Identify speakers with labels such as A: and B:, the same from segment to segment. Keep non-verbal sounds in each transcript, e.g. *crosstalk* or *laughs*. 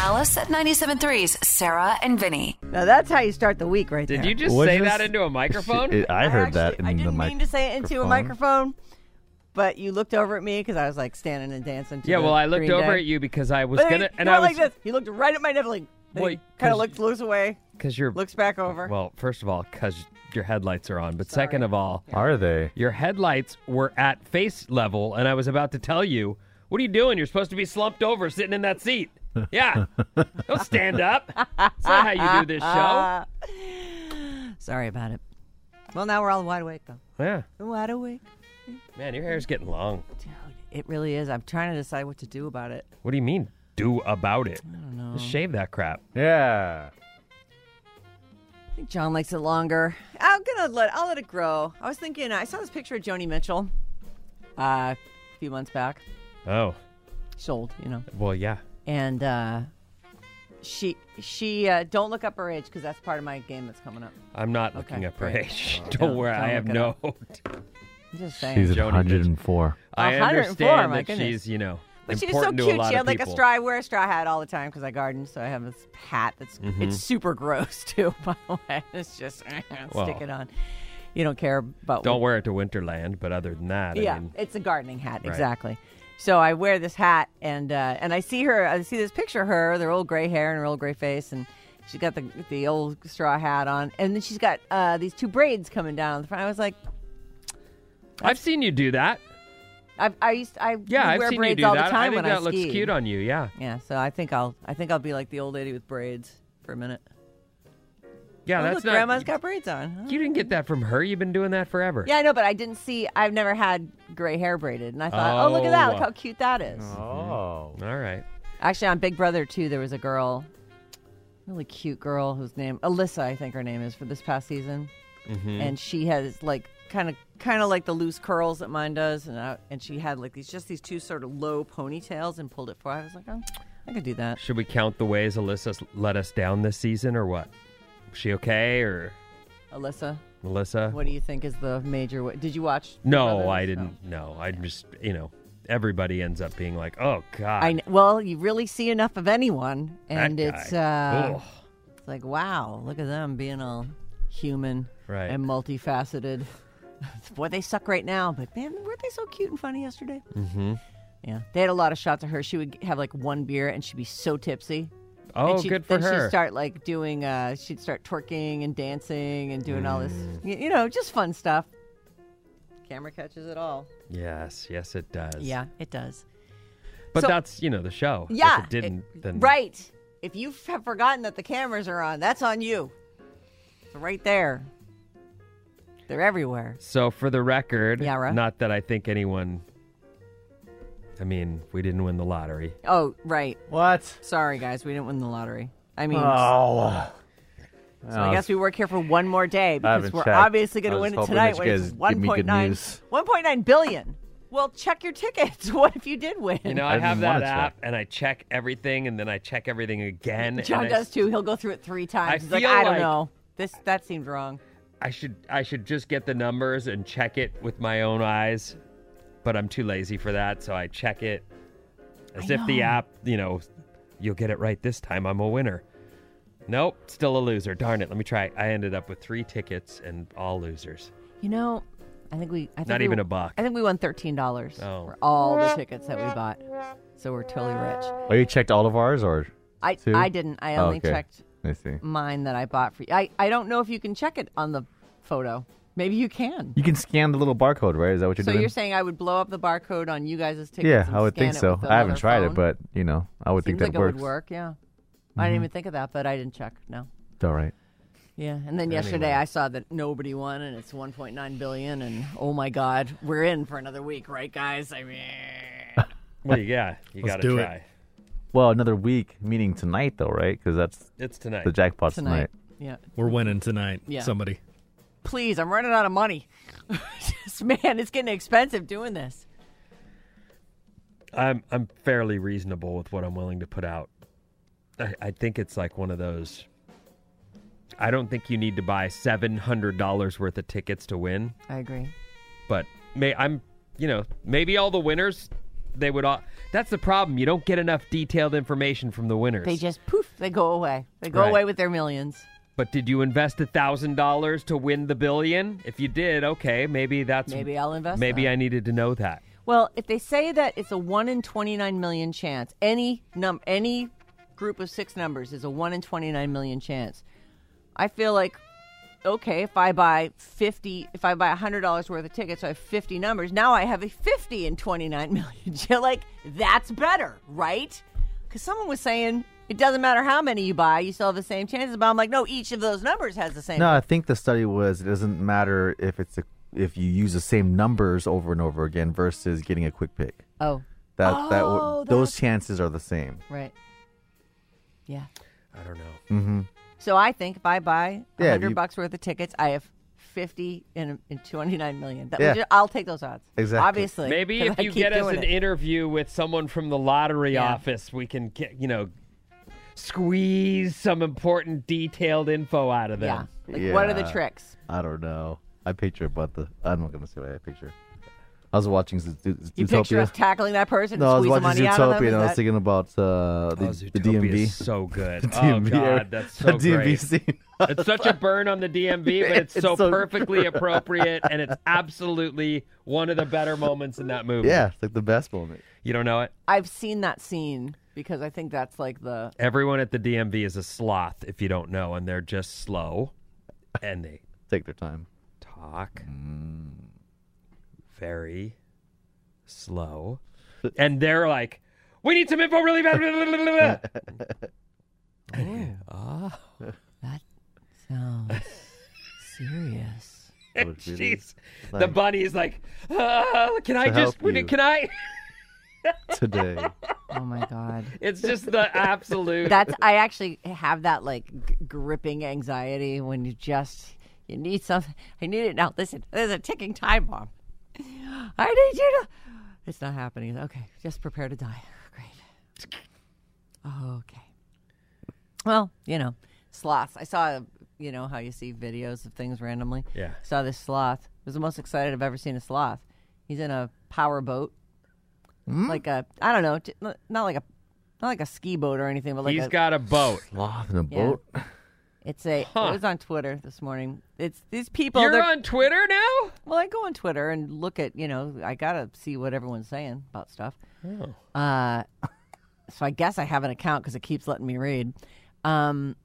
A: Alice at 97.3's Sarah and Vinny.
B: Now that's how you start the week, right
C: Did
B: there.
C: you just
D: What'd
C: say
D: you
C: that
D: s-
C: into a microphone?
D: It- I heard
B: Actually,
D: that in
B: I
D: the
B: didn't
D: mic.
B: mean to say it into a microphone, but you looked over at me because I was like standing and dancing. To
C: yeah,
B: the
C: well, I looked
B: Green
C: over
B: Day.
C: at you because I was
B: But
C: gonna,
B: he,
C: and I
B: like
C: was
B: this. He looked right at my nipple. Like,
C: Well,
B: kind
C: 'cause-
B: of looks looks away,
C: because your
B: looks back over.
C: well, first of all, because your headlights are on, but second of all,
D: Are they?
C: your headlights were at face level, and I was about to tell you, what are you doing? You're supposed to be slumped over, sitting in that
D: *laughs*
C: seat. Yeah, don't stand up. That's not how you do this
D: *laughs*
C: show.
B: Sorry about it. Well, now we're all wide awake though.
C: Yeah,
B: Wide awake,
C: man, your hair's getting long.
B: dude. It really is. I'm trying to decide what to do about it.
C: What do you mean? Do about it? I don't know. Just shave that crap.
D: Yeah.
B: I think John likes it longer. I'm gonna let I'll let it grow. I was thinking. I saw this picture of Joni Mitchell, uh, a few months back.
C: Oh,
B: Sold, you know.
C: well, yeah.
B: and uh, she she uh, don't look up her age because that's part of my game that's coming up.
C: I'm not looking
B: Okay,
C: up her
B: great.
C: *laughs* age. Don't
B: Don't-
C: worry,
B: don't
C: I have
B: look it
C: no.
B: up. I'm just saying.
D: She's at
C: Joni
D: 104.
C: I
B: 104,
C: understand
B: my
C: that
B: goodness.
C: she's, you know,
B: but she was so
C: important
B: cute.
C: to a lot
B: She
C: of
B: had like a
C: people.
B: straw. I wear a straw hat all the time because I garden, so I have this hat that's
C: Mm-hmm.
B: it's super gross *laughs* too. By the way, it's just *laughs* stick
C: Well.
B: it on. You don't care about
C: Don't wear it to Winterland, but other than that,
B: yeah,
C: I mean,
B: it's a gardening hat exactly. So I wear this hat and uh, and I see her. I see this picture of her, with her old gray hair and her old gray face, and she's got the the old straw hat on, and then she's got uh, these two braids coming down on the front. I was like,
C: I've seen you do that.
B: I I used I
C: Yeah, I've
B: wear
C: seen you
B: braids
C: do
B: all the
C: that. I
B: time
C: think
B: when
C: that
B: I
C: looks
B: ski.
C: cute on you. Yeah,
B: yeah, so I think I'll I think I'll be like the old lady with braids for a minute.
C: yeah.
B: Oh,
C: that's
B: look,
C: not.
B: grandma's got braids on. huh?
C: You didn't get that from her. You've been doing that forever.
B: Yeah, I know, but I didn't see. I've never had gray hair braided, and I thought, oh, look at that!
C: Oh.
B: Look how cute that is.
D: Oh.
C: All right.
B: Actually, on Big Brother too, there was a girl, really cute girl whose name Alyssa, I think her name is for this past season,
C: Mm-hmm.
B: and she has like kind of kind of like the loose curls that mine does, and I, and she had like these just these two sort of low ponytails and pulled it forward. I was like, oh, I could do that.
C: Should we count the ways Alyssa let us down this season, or what? Is she okay, or
B: Alyssa,
C: Melissa?
B: what do you think is the major? wa- Did you watch? Big Brother?
C: No, I didn't. No, I just you know, everybody ends up being like, oh god,
B: I kn- well, you really see enough of anyone,
C: that
B: and
C: guy.
B: it's uh,
C: Ugh.
B: it's like wow, look at them being all human
C: Right.
B: and multifaceted. *laughs* Boy, they suck right now, but man, weren't they so cute and funny yesterday? Mm-hmm. Yeah, they had a lot of shots of her. She would have like one beer and she'd be so tipsy.
C: oh,
B: and she'd,
C: good for
B: then She'd
C: her.
B: start like doing, uh, she'd start twerking and dancing and doing all this,
C: Mm.
B: y- you know, just fun stuff. Camera catches it all.
C: yes, yes, it does.
B: Yeah, it does.
C: But
B: So-
C: that's you know the show.
B: Yeah,
C: If it didn't.
B: it-
C: then
B: right. If you f- have forgotten that the cameras are on, that's on you. It's right there. They're everywhere.
C: So for the record,
B: Yeah, right.
C: not that I think anyone. I mean, we didn't win the lottery.
B: Oh, right.
D: What?
B: Sorry, guys, we didn't win the lottery. I mean,
D: Oh.
B: so I guess we work here for one more day because
D: haven't
B: we're
D: checked.
B: obviously going
D: I
B: to
D: was
B: win it
D: hoping
B: tonight.
D: that
B: When
D: you
B: it's
D: guys give me
B: 1.9,
D: good
B: 1.9
D: news.
B: 1.9 billion. Well, check your tickets. *laughs* What if you did win?
C: You know,
D: I
C: I, have
D: didn't
C: that
D: wanna
C: app,
D: check.
C: and I check everything, and then I check everything again.
B: John
C: and I s-
B: does too. He'll go through it three times.
C: I
B: He's like,
C: feel
B: I don't
C: like-
B: know. This that seemed wrong.
C: I should, I should just get the numbers and check it with my own eyes, but I'm too lazy for that, so I check it as if the app, you know, you'll get it right this time. I'm a winner. Nope, still a loser. Darn it. Let me try. I ended up with three tickets and all losers.
B: You know, I think we. I think
C: Not
B: we-
C: even a buck.
B: I think we won thirteen dollars
C: Oh.
B: for all the tickets that we bought, so we're totally rich.
D: Oh, you checked all of ours or?
B: I
D: Two?
B: I didn't. I
D: Oh,
B: only
D: okay.
B: checked
D: I see.
B: mine that I bought for you. I I don't know if you can check it on the photo. Maybe you can.
D: You can scan the little barcode, right? Is that what you're
B: So
D: doing?
B: you're saying I would blow up the barcode on you guys' tickets?
D: yeah,
B: and
D: I would
B: scan
D: think
B: it
D: so.
B: with the
D: I haven't
B: other
D: tried
B: phone?
D: it, but you know, I would
B: Seems
D: think that
B: like
D: works. Mm-hmm.
B: it would work. Yeah, I didn't even think of that, but I didn't check. No.
D: It's all right.
B: Yeah, and then yesterday I saw that nobody won, and it's 1.9 billion, and oh my God, we're in for another week, right, guys? I mean,
C: Well, yeah, you got to
E: do it.
C: try.
D: Well, another week, meaning tonight though, right? Because that's
C: It's tonight.
D: the jackpot
B: tonight.
D: tonight.
B: Yeah.
E: We're winning tonight.
B: Yeah.
E: Somebody.
B: Please, I'm running out of money. *laughs* Just, man, it's getting expensive doing this.
C: I'm I'm fairly reasonable with what I'm willing to put out. I, I think it's like one of those. I don't think you need to buy seven hundred dollars worth of tickets to win,
B: I agree.
C: but may I'm you know maybe all the winners they would all. That's the problem. You don't get enough detailed information from the winners.
B: They just poof, they go away. They go
C: Right.
B: away with their millions.
C: But did you invest a thousand dollars to win the billion? If you did, okay, maybe that's
B: Maybe I'll invest
C: Maybe
B: that.
C: I needed to know that.
B: Well, if they say that it's a one in twenty nine million chance, any num any group of six numbers is a one in twenty nine million chance. I feel like okay, if I buy fifty, if I buy hundred dollars worth of tickets, I have fifty numbers. Now I have a fifty in twenty nine *laughs* million. chance. like that's better, right? Because someone was saying. It doesn't matter how many you buy, you still have the same chances. But I'm like, no, each of those numbers has the same.
D: No, I think the study was it doesn't matter if it's a, if you use the same numbers over and over again versus getting a quick pick.
B: Oh,
D: That that
B: Oh,
D: w- those chances are the same.
B: right. Yeah.
C: I don't know.
B: So I think if I buy
D: Mm-hmm. Yeah,
B: 100
D: you-
B: bucks worth of tickets, I have 50 and, and 29 million. That
D: Yeah.
B: would ju- I'll take those odds.
D: Exactly.
B: Obviously.
C: Maybe
B: 'cause
C: if
B: I
C: you
B: keep
C: get us
B: doing
C: an
B: it.
C: interview with someone from the lottery
B: Yeah.
C: office, we can get you know squeeze some important detailed info out of
B: Yeah.
C: them.
B: Like, what are the
D: Yeah.
B: tricks?
D: I don't know. I picture about the. I'm not gonna say what I picture. I was watching Z- Z-
B: You picture us
D: Zootopia.
B: tackling that person
D: No, I
B: and
D: was
B: squeeze the
D: watching
B: money out of them?
D: Zootopia,
B: Is
D: and I was
B: that-
D: thinking about uh, the,
C: Oh,
D: the
C: Zootopia
D: DMV. *laughs*
C: is so good. oh
D: DMV area.
C: god, that's so
D: the DMV
C: great.
D: scene. *laughs*
C: It's such a burn on the DMV, but it's,
D: It's
C: so,
D: so- *laughs*
C: perfectly appropriate, and it's absolutely one of the better moments in that movie.
D: yeah, it's like the best moment.
C: you don't know it.
B: I've seen that scene because I think that's like the.
C: Everyone at the DMV is a sloth if you don't know, and they're just slow, and they
D: Take
C: *laughs*
D: their time.
C: talk
D: Mm.
C: very slow. And they're like, we need some info really
D: *laughs*
C: bad. Ah,
B: That sounds *laughs* serious.
D: That was really
C: Jeez. The bunny's like, "Ah, can I
D: To
C: just,
D: help you.
C: can I? *laughs*
D: today.
B: Oh my God.
C: It's just
D: *laughs*
C: the absolute.
B: That's I actually have that like g- gripping anxiety when you just you need something. I need it now. Listen, there's a ticking time bomb. I need you to. It's not happening. Okay, just prepare to die. *laughs* Great. Okay. Well, you know, sloths. I saw you know how you see videos of things randomly.
C: Yeah.
B: Saw this sloth. I was the most excited I've ever seen a sloth. He's in a power boat.
C: Hmm?
B: Like a I don't know, t- not not like a not like a ski boat or anything, but like
C: He's
B: a,
C: got
B: *laughs*
C: a boat.
D: Sloth in a
B: Yeah.
D: boat.
B: It's a.
C: Huh.
B: It was on Twitter this morning. It's these people.
C: You're
B: they're-
C: on Twitter now?
B: well, I go on Twitter and look at you know I gotta see what everyone's saying about stuff.
C: Oh.
B: Uh, so I guess I have an account because it keeps letting me read. Um,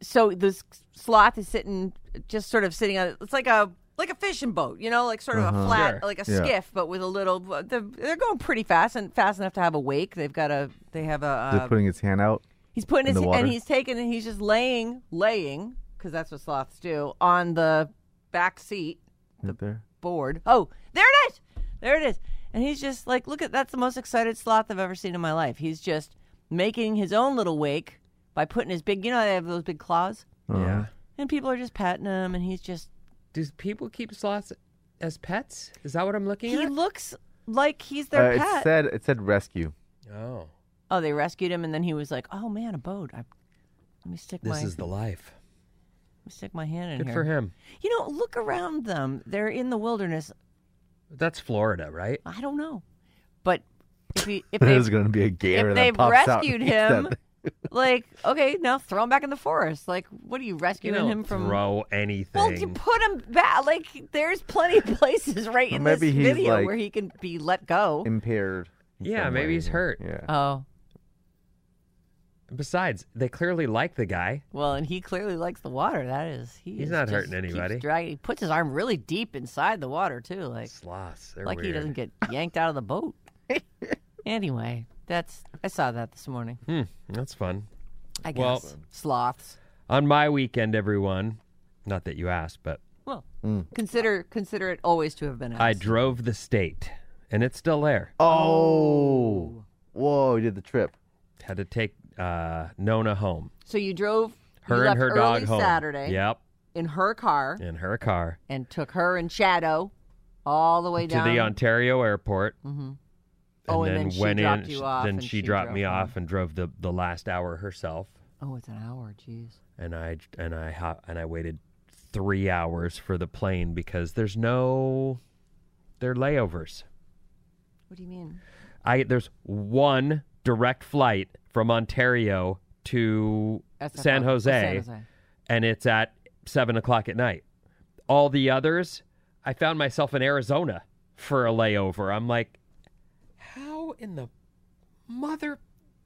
B: so this sloth is sitting, just sort of sitting on. It's like a like a fishing boat, you know, like sort of a flat,
C: Sure.
B: like a
D: Yeah.
B: skiff, but with a little. They're, they're going pretty fast and fast enough to have a wake. They've got a. They have a.
D: They're
B: Uh,
D: putting his hand out.
B: He's putting
D: in
B: his
D: the
B: and
D: water?
B: he's taking and he's just laying, laying because that's what sloths do on the back seat
D: Right there.
B: board. Oh, there it is, there it is. And he's just like, look at that's the most excited sloth I've ever seen in my life. He's just making his own little wake by putting his big, you know, they have those big claws,
D: Uh-huh.
C: Yeah.
B: and people are just patting him, and he's just
C: Do people keep sloths as pets? Is that what I'm looking
B: he
C: at?
B: looks like he's
D: Uh,
B: their
D: it
B: pet.
D: said it said rescue.
C: Oh,
B: oh, they rescued him, and then he was like, oh man, a boat. I, let me stick
C: this
B: my
C: is the life.
B: let me stick my hand in
C: Good
B: here.
C: for him.
B: You know, look around them. They're in the wilderness.
C: That's Florida, right?
B: I don't know, but if he
D: *laughs*
B: if
D: There's
B: they
D: gonna be a gator
B: if
D: that
B: they've
D: pops out
B: rescued
D: *laughs* and eats that
B: him,
D: thing.
B: like okay, now throw him back in the forest. Like, what are you rescuing
C: don't
B: him from?
C: throw
B: Well, you
C: anything.
B: put him back. Like, there's plenty of places right in
D: Maybe
B: this
D: he's,
B: video
D: like-
B: where he can be let go.
D: impaired. in
C: Yeah,
D: some
C: maybe
D: way.
C: he's hurt.
D: Yeah.
B: Oh
C: Besides, they clearly like the guy.
B: well, and he clearly likes the water. That is, he
C: He's
B: is
C: not
B: just
C: hurting
B: keeps
C: anybody.
B: dragging- he puts his arm really deep inside the water too. Like,
C: Sloths. They're
B: like he
C: weird.
B: doesn't get yanked out of the
D: *laughs*
B: boat. anyway, that's I saw that this morning.
C: Hmm, that's fun.
B: I
C: Well-
B: guess sloths.
C: On my weekend, everyone, not that you asked, but
B: Well, consider consider it always to have been asked.
C: I drove the state and it's still there.
D: Oh. Whoa, he did the trip.
C: Had to take uh, Nona home.
B: so you drove
C: Her
B: you
C: and
B: left
C: her
B: early
C: dog home.
B: Saturday
C: Yep.
B: in her car
C: In her car
B: and took her in shadow all the way
C: to
B: down.
C: the Ontario airport. Mm-hmm.
B: Oh, and then she
C: went
B: dropped
C: in.
B: you
C: sh-
B: off
C: Then
B: and
C: she
B: she
C: dropped
B: drove
C: me
B: home.
C: off and drove the, the last hour herself.
B: oh, it's an hour. Jeez.
C: and I and I ho- and I waited three hours for the plane because there's no there are layovers.
B: What do you mean?
C: I there's one direct flight from Ontario to
B: SF
C: San
B: oh,
C: Jose,
B: San Jose.
C: and it's at seven o'clock at night. All the others, I found myself in Arizona for a layover. I'm like, how in the mother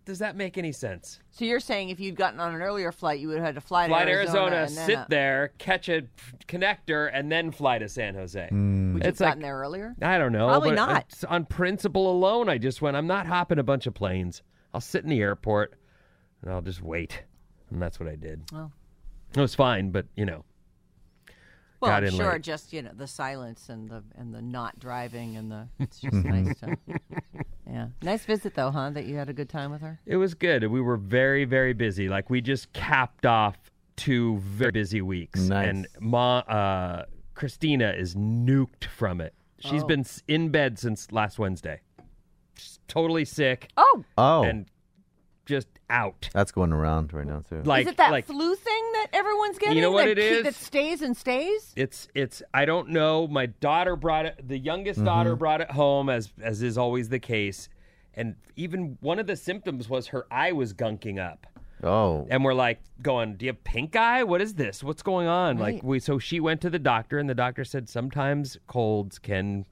C: does that make any sense?
B: So you're saying if you'd gotten on an earlier flight, you would have had to fly,
C: Fly
B: to Arizona, and then uh,
C: sit
B: up.
C: there, catch a connector, and then fly to San Jose.
B: Would you have
C: It's like-
B: gotten there earlier?
C: I don't know.
B: Probably
C: but
B: not.
C: it's on principle alone, I just went, I'm not hopping a bunch of planes. I'll sit in the airport and I'll just wait. And that's what I did.
B: Well.
C: It was fine, but you know.
B: Well,
C: Got
B: I'm
C: in
B: sure
C: late.
B: just you know the silence and the and the not driving and the it's just nice to yeah nice visit though huh that you had a good time with her
C: It was good. We were very, very busy. Like we just capped off two very busy weeks.
D: Nice.
C: And Ma, uh, Christina is nuked from it. She's
B: Oh.
C: been s- in bed since last Wednesday. She's totally sick
B: oh
D: Oh,
C: and just out.
D: that's going around right now too.
C: Like
B: is it that
C: like
B: flu thing that everyone's getting
C: know what
B: that
C: it
B: keep-
C: is?
B: that stays and stays
C: It's it's I don't know. My daughter brought it the youngest daughter brought it home as as is always the case. And even one of the symptoms was her eye was gunking up.
D: oh,
C: And we're like going, Do you have pink eye? What is this? What's going on? Like we so she went to the doctor and the doctor said sometimes colds can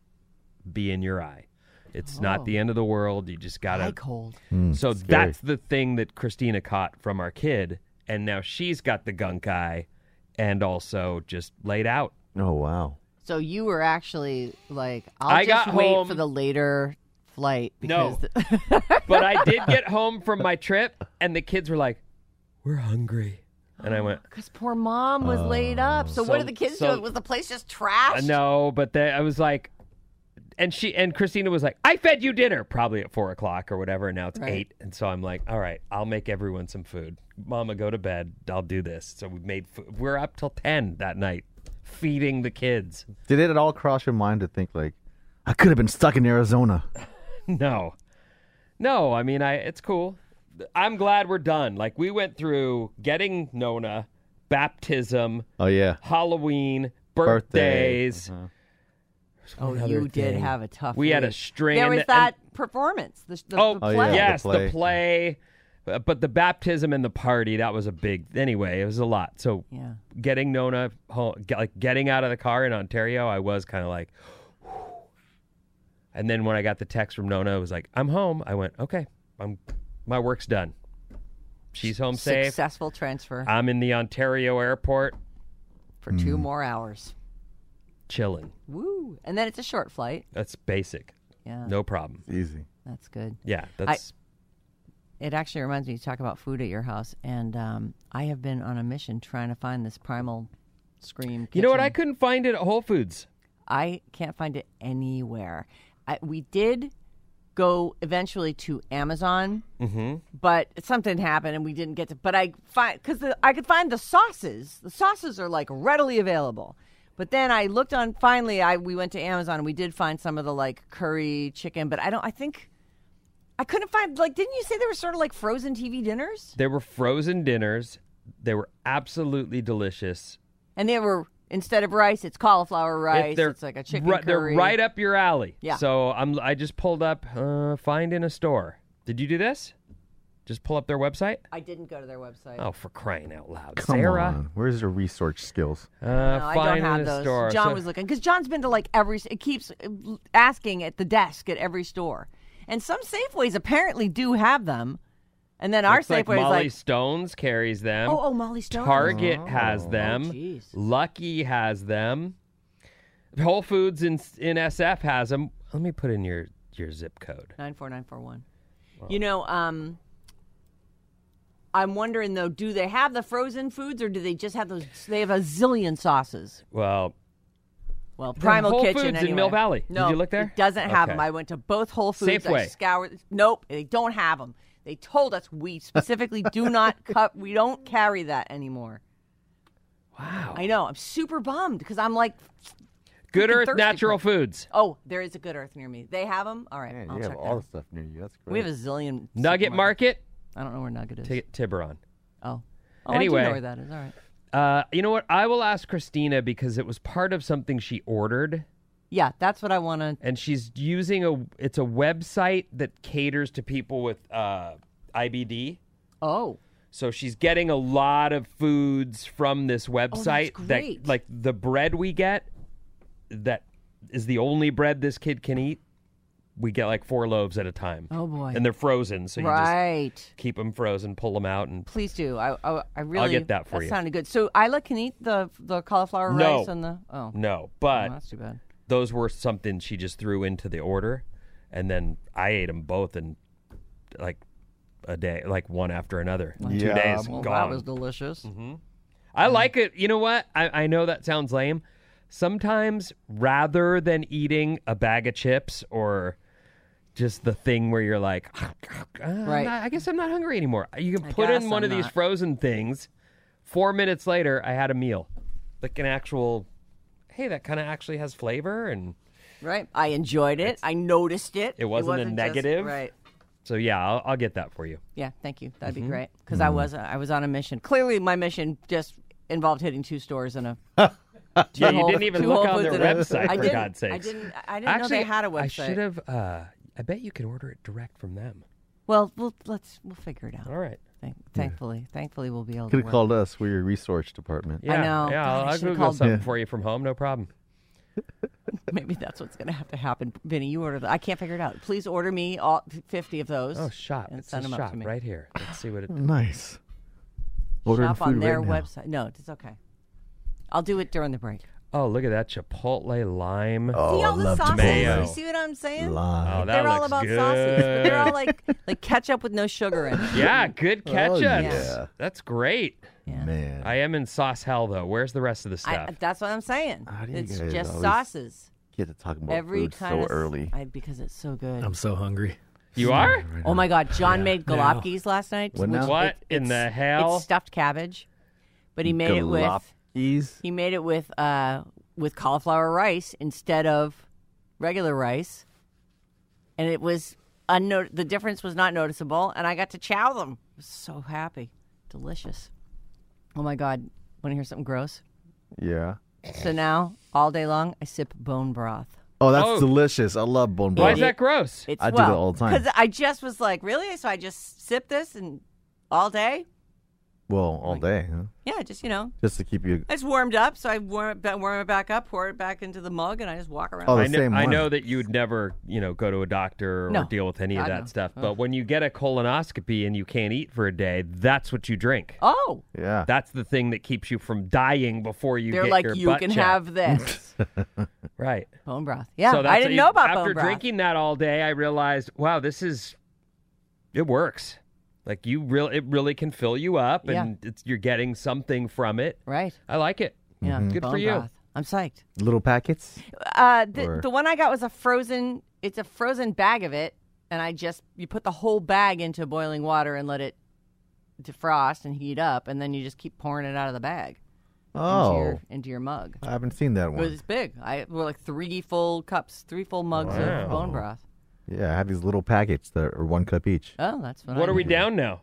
C: be in your eye. It's not
B: Oh.
C: the end of the world. You just gotta
B: cold
C: so
D: Hmm, scary.
C: that's the thing that Christina caught from our kid, and now she's got the gunk eye and also just laid out.
D: oh wow.
B: so you were actually like I'll
C: I
B: just
C: got
B: wait
C: home-
B: for the later flight
C: No.
B: because the- *laughs*
C: but I did get home from my trip, and the kids were like, "We're hungry," and I went,
B: 'cause poor mom
C: Oh,
B: was laid up so, what
C: So-
B: did the kids
C: so-
B: do was the place just
C: "Uh,
B: trashed
C: "No," but then I was like, and she and Christina was like, "I fed you dinner probably at four o'clock or whatever, and now it's
B: Right.
C: eight, and so I'm like, "All right, I'll make everyone some food. Mama, go to bed. I'll do this." So we made food. We're up till ten that night, feeding the kids.
D: Did it at all cross your mind to think like I could have been stuck in Arizona?
C: *laughs* No, no. I mean, I it's cool. I'm glad we're done. Like we went through getting Nona, baptism.
D: Oh yeah. Uh-huh.
C: Halloween,
D: Birthday.
C: birthdays.
B: oh
C: Another
B: you did
C: thing.
B: have a tough
C: We had a
B: week.
C: string.
B: there was
C: and-
B: that performance the, the,
C: oh,
B: the play.
D: yeah.
C: yes,
D: The
C: the
D: play.
C: play. Uh, But the baptism and the party, that was a big. Anyway, it was a lot. So
B: yeah.
C: getting Nona home, get- like getting out of the car in Ontario, I was kind of like. *sighs* And then when I got the text from Nona, it was like, "I'm home." I went, "Okay, I'm, my work's done. She's home safe.
B: Successful transfer
C: I'm in the Ontario airport,
B: for
C: Mm.
B: two more hours.
C: chilling.
B: Woo! And then it's a short flight.
C: That's basic,
B: Yeah,
C: no problem.
D: Easy.
B: that's good.
C: Yeah, that's
B: It actually reminds me to talk about food at your house, and um, I have been on a mission trying to find this primal scream.
C: You know what? I
B: Kitchen.
C: couldn't find it at Whole Foods.
B: I can't find it anywhere. I, we did go eventually to Amazon,
C: Mm-hmm.
B: but something happened and we didn't get to. But I find because I could find the sauces. The sauces are like readily available. But then I looked on. Finally, I we went to Amazon and we did find some of the like curry chicken. But I don't. I think I couldn't find like. Didn't you say they were sort of like frozen TV dinners?
C: They were frozen dinners. They were absolutely delicious.
B: And they were instead of rice, it's cauliflower
C: If
B: rice.
C: they're
B: It's like a chicken
C: ri- They're
B: curry.
C: right up your alley.
B: Yeah.
C: So I'm. I just pulled up. Uh, find in a store. Did you do this? Just pull up their website.
B: I didn't go to their website.
C: Oh, for crying out loud,
D: Come
C: Sarah.
D: on. Where's your research skills?
C: Uh,
B: No,
C: find
B: I don't
C: in
B: have
C: a
B: those.
C: store.
B: John
C: So-
B: was looking because John's been to like every. It keeps uh, l- asking at the desk at every store, and some Safeways apparently do have them, and then our
C: looks like
B: Safeway's
C: Molly
B: like,
C: Stones carries them.
B: oh, oh, Molly Stone.
C: Target has
D: Oh.
C: them.
B: Oh, jeez.
C: Lucky has them. Whole Foods in in SF has them. Let me put in your your zip code.
B: Nine four nine four one. You know, um, I'm wondering though, do they have the frozen foods or do they just have those? They have a zillion sauces.
C: Well,
B: Well, Primal
C: Whole
B: Kitchen
C: Foods in
B: anyway.
C: Mill Valley. Did
B: No,
C: you look there?
B: It doesn't have
C: Okay.
B: them. I went to both Whole Foods. I
C: Safeway.
B: scoured. Nope, they don't have them. They told us
C: *laughs*
B: we specifically do not cut. We don't carry that anymore.
C: wow.
B: I know. I'm super bummed because I'm like,
C: Good
B: freaking
C: Earth
B: thirsty
C: Natural Foods.
B: oh, there is a Good Earth near me. They have them. All right,
D: Man,
B: I'll
D: you
B: check
D: have
B: that
D: all
B: out.
D: the stuff near you. That's great.
B: We have a zillion.
C: Nugget
B: supermarkets.
C: Market,
B: I don't know where Nugget is.
C: T- Tiburon.
B: oh, oh, I
C: Anyway.
B: do know where that is. All right.
C: Uh, you know what? I will ask Christina because it was part of something she ordered.
B: Yeah, that's what I want to.
C: and she's using a it's a website that caters to people with uh, IBD.
B: Oh,
C: So she's getting a lot of foods from this website
B: Oh, great.
C: that like the bread we get that is the only bread this kid can eat. We get like four loaves at a time.
B: Oh, boy.
C: And they're frozen, so you just
B: right.
C: keep them frozen, pull them out and
B: Please do. I I, I really.
C: get that for you.
B: sounded good. So Isla can eat the the cauliflower
C: No.
B: rice and the oh.
C: no. But
B: that's too bad.
C: those were something she just threw into the order and then I ate them both in like a day, like one after another. Two
D: Yeah,
C: days
D: well,
B: Um, Well,
C: gone. Mm-hmm.
B: that was delicious.
C: I
B: Mm-hmm.
C: like it. You know what? I, I know that sounds lame. Sometimes, rather than eating a bag of chips or just the thing where you're like, "Ah, ah, ah, I'm
B: Right.
C: not- I guess I'm not hungry anymore. You can
B: I
C: put in
B: guess
C: one
B: I'm
C: of these
B: not.
C: frozen things. Four minutes later, I had a meal, like an actual. Hey, that kind of actually has flavor, and
B: Right. I enjoyed it. I noticed it.
C: It wasn't a
B: just-
C: negative.
B: right.
C: so yeah, I'll, I'll get that
B: *laughs*
C: for you.
B: Yeah. Thank you. That'd
C: Mm-hmm.
B: be great. Because
C: Mm.
B: I was I was on a mission. Clearly, my mission just involved hitting two stores in a.
C: Yeah,
B: Whole-
C: you didn't even
B: two
C: look
B: Whole
C: on their
B: Foods and a-
C: website
B: I
C: for
B: didn't-
C: God's
B: I
C: sake.
B: didn't. I didn't know
C: Actually,
B: they had a website.
C: I should have. Uh, I bet you could order it direct from them.
B: Well, we'll let's we'll figure it out.
C: All right.
B: Thank, thankfully, thankfully, we'll be able to.
D: Could have
B: work.
D: called us. We're your resource department.
C: Yeah,
B: know.
C: Yeah,
B: God, I
C: I'll, I'll
B: should've
C: Google
B: called-
C: something
D: Yeah.
C: for you from home. No problem.
B: Maybe that's what's going to have to happen. Vinny, you order. The, I can't figure it out. Please order me all fifty of those.
C: Oh, shop.
B: And
C: It
B: send
C: says
B: them up
C: shop
B: to me.
C: right here. Let's
B: *laughs*
C: see what it.
D: Nice. Ordering
B: Shop on
D: food
B: their
D: right now.
B: website. No, it's okay. I'll do it during the break.
C: Oh, look at that Chipotle lime.
D: Oh,
B: see
D: I
B: all the
D: love
B: sauces.
C: Mayo.
B: You see what I'm saying?
D: Lime.
C: Oh, that
B: they're
C: looks
B: all about
C: good.
B: sauces, but *laughs* they're all like like ketchup with no sugar in *laughs*
C: *laughs*
B: it.
C: yeah, good catch.
D: Oh,
C: up.
D: yeah.
C: That's great.
D: Man.
C: I am in sauce hell though. Where's the rest of the stuff?
B: I, that's what I'm saying.
D: How do you
B: It's
D: guys
B: just
D: always
B: sauces.
D: get to talk about
B: Every
D: food
B: kind
D: so
B: of s-
D: early.
B: I, because it's so good.
E: I'm so hungry.
C: you are?
B: Oh my God! John made
E: now-
B: galopkis last night.
D: What
B: which
D: now?
C: What
B: it-
C: in
B: it's-
C: the hell?
B: It's stuffed cabbage, but he made it with
D: Galopkis.
B: He made it with uh, with cauliflower rice instead of regular rice, and it was unno- The difference was not noticeable, and I got to chow them. I was so happy, delicious. Oh my god! Want to hear something gross?
D: Yeah.
B: So now all day long I sip bone broth.
D: Oh, that's
C: Oh.
D: delicious. I love bone
C: Why
D: broth.
C: is that gross?
B: It's
D: I do
B: well,
D: that all the time.
B: because I just was like, really? So I just sip this and all day.
D: Well, all day, huh?
B: Yeah, just you know,
D: just to keep you.
B: it's warmed up. So I warm it, warm it back up, pour it back into the mug, and I just walk around.
D: Oh, the
C: I, kn-
D: same
C: I
D: one.
C: know that you would never, you know, go to a doctor or
B: No.
C: deal with any of
B: God,
C: that
B: no.
C: stuff. But when you get a colonoscopy and you can't eat for a day, that's what you drink.
B: oh.
D: Yeah.
C: That's the thing that keeps you from dying before you
B: They're
C: get
B: like,
C: your
B: you
C: butt
B: can
C: checked."
B: have
C: *laughs*
B: this
C: right.
B: bone broth. Yeah,
C: so that's
B: I didn't
C: a-
B: know about
C: after
B: bone broth.
C: drinking that all day. I realized, wow, this is it works. Like you real, it really can fill you up,
B: Yeah.
C: and it's, you're getting something from it.
B: Right?
C: I like it.
B: Yeah,
C: Good
B: bone
C: for you.
B: broth. I'm psyched.
D: Little packets.
B: Uh, the,
D: Or-
B: the one I got was a frozen. It's a frozen bag of it, and I just you put the whole bag into boiling water and let it defrost and heat up, and then you just keep pouring it out of the bag into,
D: Oh,
B: your, into your mug.
D: I haven't seen that
B: It
D: one.
B: was big. I were like three full cups, three full mugs of bone broth.
D: Yeah, I have these little packets that are one cup each.
B: Oh, that's what.
C: What
B: I
C: are we
B: did.
C: down now?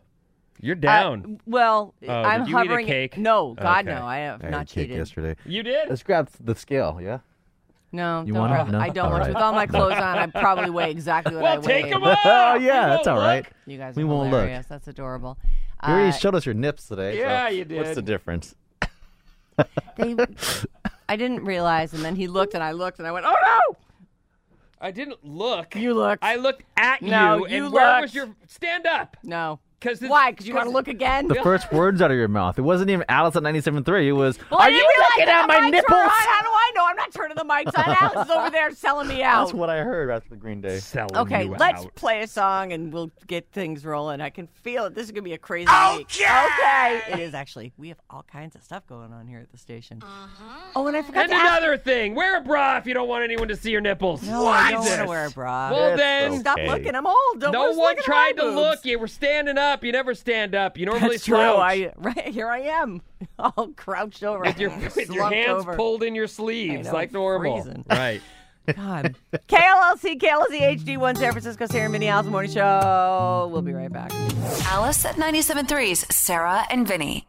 C: You're down. Oh,
B: Uh, well, I'm
C: did you eat a
B: hovering.
C: cake?
B: No, God,
C: Okay.
B: no, I have
D: I had
B: not
D: cake
B: cheated.
D: yesterday.
C: you did.
D: Let's grab the scale. Yeah. *laughs*
B: No,
D: You
B: don't
D: want 'em?
B: really-
D: No?
B: I don't.
D: All
B: want
D: right.
B: With all my clothes on, I probably weigh exactly what I
C: Well,
B: weigh.
C: take them off.
D: oh
C: We
D: yeah,
C: won't
D: that's all right.
C: look.
B: You guys are
D: We won't look.
B: hilarious. That's adorable.
D: You
B: Uh,
D: already showed us your nips today. so
C: Yeah, you
D: What's the
C: did.
D: difference?
B: they, I didn't realize, and then he looked, and I looked, and I went, "Oh no!"
C: I didn't look.
B: You looked.
C: I looked at
B: No,
C: you.
B: you
C: and where
B: looked.
C: was your stand up?
B: No,
C: 'Cause it's-
B: why? Because you
C: 'cause
B: want to look again.
D: The first words out of your mouth. It wasn't even Alice at 97.3. It was,
B: Well, I
D: Are
B: didn't
D: you
B: realize
D: looking
B: that
D: at
B: the
D: my
B: mics were on.
D: nipples?
B: How do I know? I'm not turning the mics on. Alex is over there selling me out.
D: That's what I heard after the Green Day.
C: Selling
B: Okay,
C: you
B: let's
C: out.
B: play a song and we'll get things rolling. I can feel it. This is gonna be a crazy okay. week. Okay, it is actually. We have all kinds of stuff going on here at the station. Oh, and I forgot
C: And
B: to ask.
C: another thing, wear a bra if you don't want anyone to see your nipples.
B: No,
C: Why
B: I don't want
C: this?
B: to wear a bra.
C: Well,
D: It's
C: then
D: okay.
B: Stop looking. I'm old. Don't
C: No
B: wanna
C: one
B: look at
C: tried
B: my
C: to look.
B: boobs.
C: You were standing up. You never stand up. You normally
B: That's true.
C: *laughs* slouch.
B: I *laughs* right here. I am *laughs* all crouched over. *laughs*
C: with your, *laughs* with your
B: slumped
C: hands
B: over.
C: pulled in your sleeves
B: know,
C: like
B: I'm
C: normal.
B: freezing.
C: Right.
B: God. KLLC, KLLC HD1 San Francisco, Sarah and Minneapolis Morning Show. We'll be right back.
A: Alice at 97.3's Sarah and Vinny.